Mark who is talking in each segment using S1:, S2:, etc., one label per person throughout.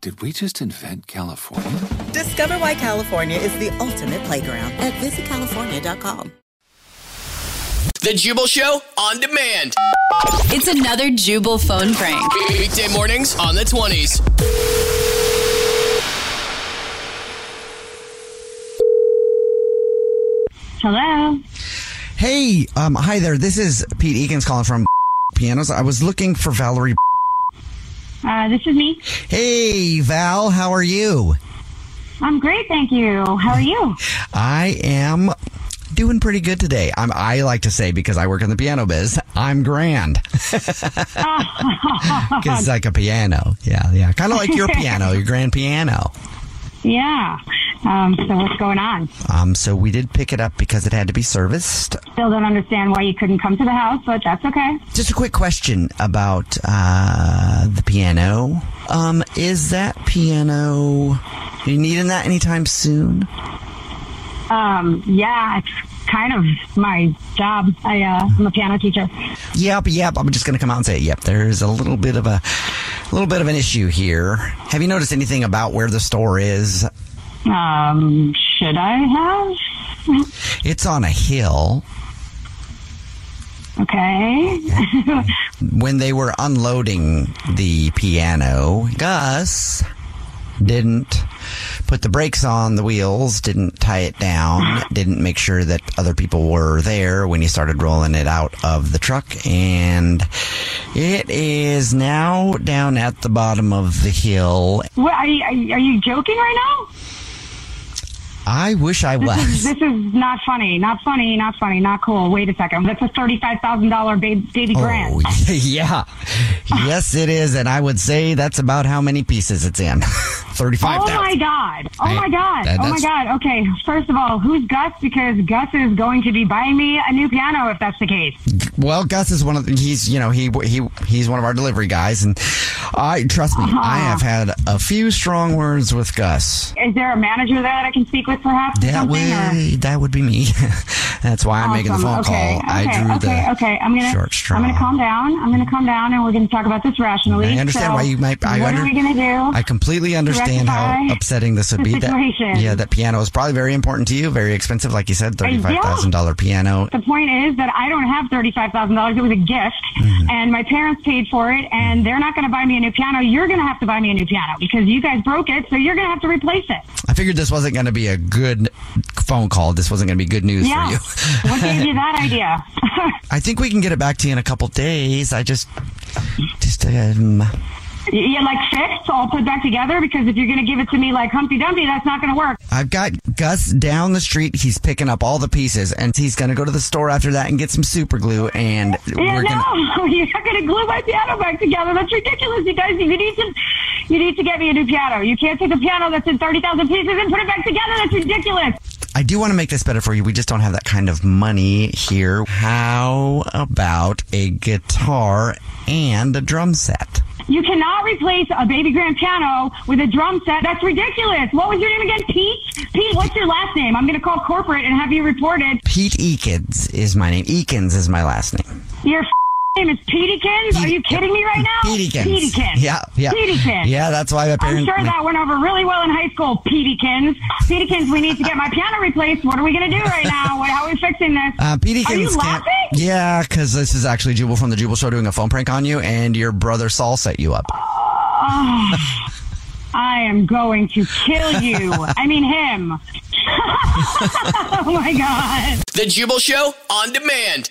S1: Did we just invent California?
S2: Discover why California is the ultimate playground at visitcalifornia.com.
S3: The Jubal Show on demand.
S4: It's another Jubal phone prank.
S3: Weekday mornings on the 20s.
S5: Hello.
S6: Hey, um, hi there. This is Pete Eakins calling from Pianos. I was looking for Valerie.
S5: Uh, this is me.
S6: Hey, Val, how are you?
S5: I'm great, thank you. How are you?
S6: I am doing pretty good today. I'm, I like to say because I work in the piano biz, I'm grand. Because it's like a piano. Yeah, yeah. Kind of like your piano, your grand piano.
S5: Yeah. Um, so what's going on?
S6: Um, so we did pick it up because it had to be serviced.
S5: Still don't understand why you couldn't come to the house, but that's okay.
S6: Just a quick question about uh, the piano. Um, is that piano? You needing that anytime soon?
S5: Um, yeah, it's kind of my job. I, uh, I'm a piano teacher.
S6: Yep, yep. I'm just going to come out and say, yep. There's a little bit of a, a little bit of an issue here. Have you noticed anything about where the store is?
S5: Um, should I have?
S6: It's on a hill.
S5: Okay.
S6: When they were unloading the piano, Gus didn't put the brakes on the wheels, didn't tie it down, didn't make sure that other people were there when he started rolling it out of the truck. And it is now down at the bottom of the hill.
S5: what, are, you, are you are you joking right now?
S6: I wish I was.
S5: This is, this is not funny. Not funny. Not funny. Not cool. Wait a second. That's a thirty-five thousand dollar baby grant.
S6: Oh, yeah. Yes, it is. And I would say that's about how many pieces it's in 35,000.
S5: Oh my god! Oh
S6: I-
S5: my god!
S6: that-
S5: oh my
S6: that's-
S5: god! Okay, first of all, who's Gus? Because Gus is going to be buying me a new piano if that's the case.
S6: Well, Gus is one of the, he's, you know, he, he, he's one of our delivery guys. And I, trust me,
S5: Uh-huh.
S6: I have had a few strong words with Gus.
S5: Is there a manager that I can speak with, perhaps? or
S6: That
S5: something,
S6: way,
S5: or-
S6: that would be me. that's why I'm making the phone
S5: Awesome. okay,
S6: call. I
S5: okay,
S6: drew
S5: okay,
S6: the
S5: okay. I'm gonna
S6: short straw.
S5: I'm gonna calm down. I'm gonna calm down, and we're gonna talk about this rationally.
S6: I understand
S5: So,
S6: why you might. I
S5: what
S6: under-
S5: are we gonna do?
S6: I completely understand how
S5: rectify
S6: upsetting this would
S5: the
S6: be. That
S5: situation?
S6: yeah, that piano is probably very important to you. Very expensive, like you said,
S5: yeah.
S6: thirty-five thousand dollar piano.
S5: the point is that I don't have thirty-five thousand dollars. It was a gift,
S6: Mm-hmm.
S5: and my parents paid for it, and they're not going to buy me a new piano. You're going to have to buy me a new piano because you guys broke it, so you're going to have to replace it.
S6: I figured this wasn't going to be a good phone call. This wasn't going to be good news
S5: Yeah.
S6: for you.
S5: what gave you that idea?
S6: I think we can get it back to you in a couple days. I just, just um,
S5: yeah, like fixed, all put back together. Because if you're going to give it to me like Humpty Dumpty, that's not going to work.
S6: I've got Gus down the street. He's picking up all the pieces, and he's going to go to the store after that and get some super glue. And
S5: Yeah,
S6: we're
S5: no,
S6: gonna.
S5: you're not going to glue my piano back together. That's ridiculous. You guys, you need to, you need to get me a new piano. You can't take a piano that's in thirty thousand pieces and put it back together. That's ridiculous.
S6: I do want to make this better for you. We just don't have that kind of money here. How about a guitar and a drum set?
S5: You cannot replace a baby grand piano with a drum set. That's ridiculous. What was your name again? Pete? Pete, what's your last name? I'm going to call corporate and have you reported.
S6: Pete Eakins is my name. Eakins is my last name.
S5: Your f- name is Petekins? Are you kidding me right now?
S6: Petekins.
S5: Petekins.
S6: Yeah, yeah.
S5: Petekins.
S6: Yeah, that's why my
S5: I'm
S6: parents.
S5: sure that went over really well in high school, Petekins. Petekins, we need to get my piano replaced. What are we going to do right now? What, how are we fixing this?
S6: Uh, Pete Eakins
S5: are you
S6: can't-
S5: laughing?
S6: Yeah, because this is actually Jubal from the Jubal Show doing a phone prank on you, and your brother Saul set you up.
S5: Oh, I am going to kill you. I mean, him. oh my God.
S7: The Jubal Show on demand.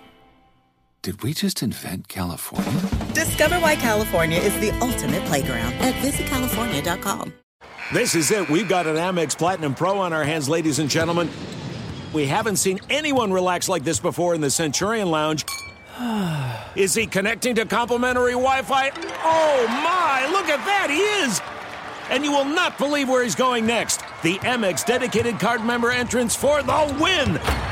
S1: Did we just invent California?
S2: Discover why California is the ultimate playground at visitcalifornia.com.
S8: This is it. We've got an Amex Platinum Pro on our hands, ladies and gentlemen. We haven't seen anyone relax like this before in the Centurion Lounge. Is he connecting to complimentary Wi Fi? Oh my, look at that! He is! And you will not believe where he's going next. The Amex dedicated card member entrance for the win!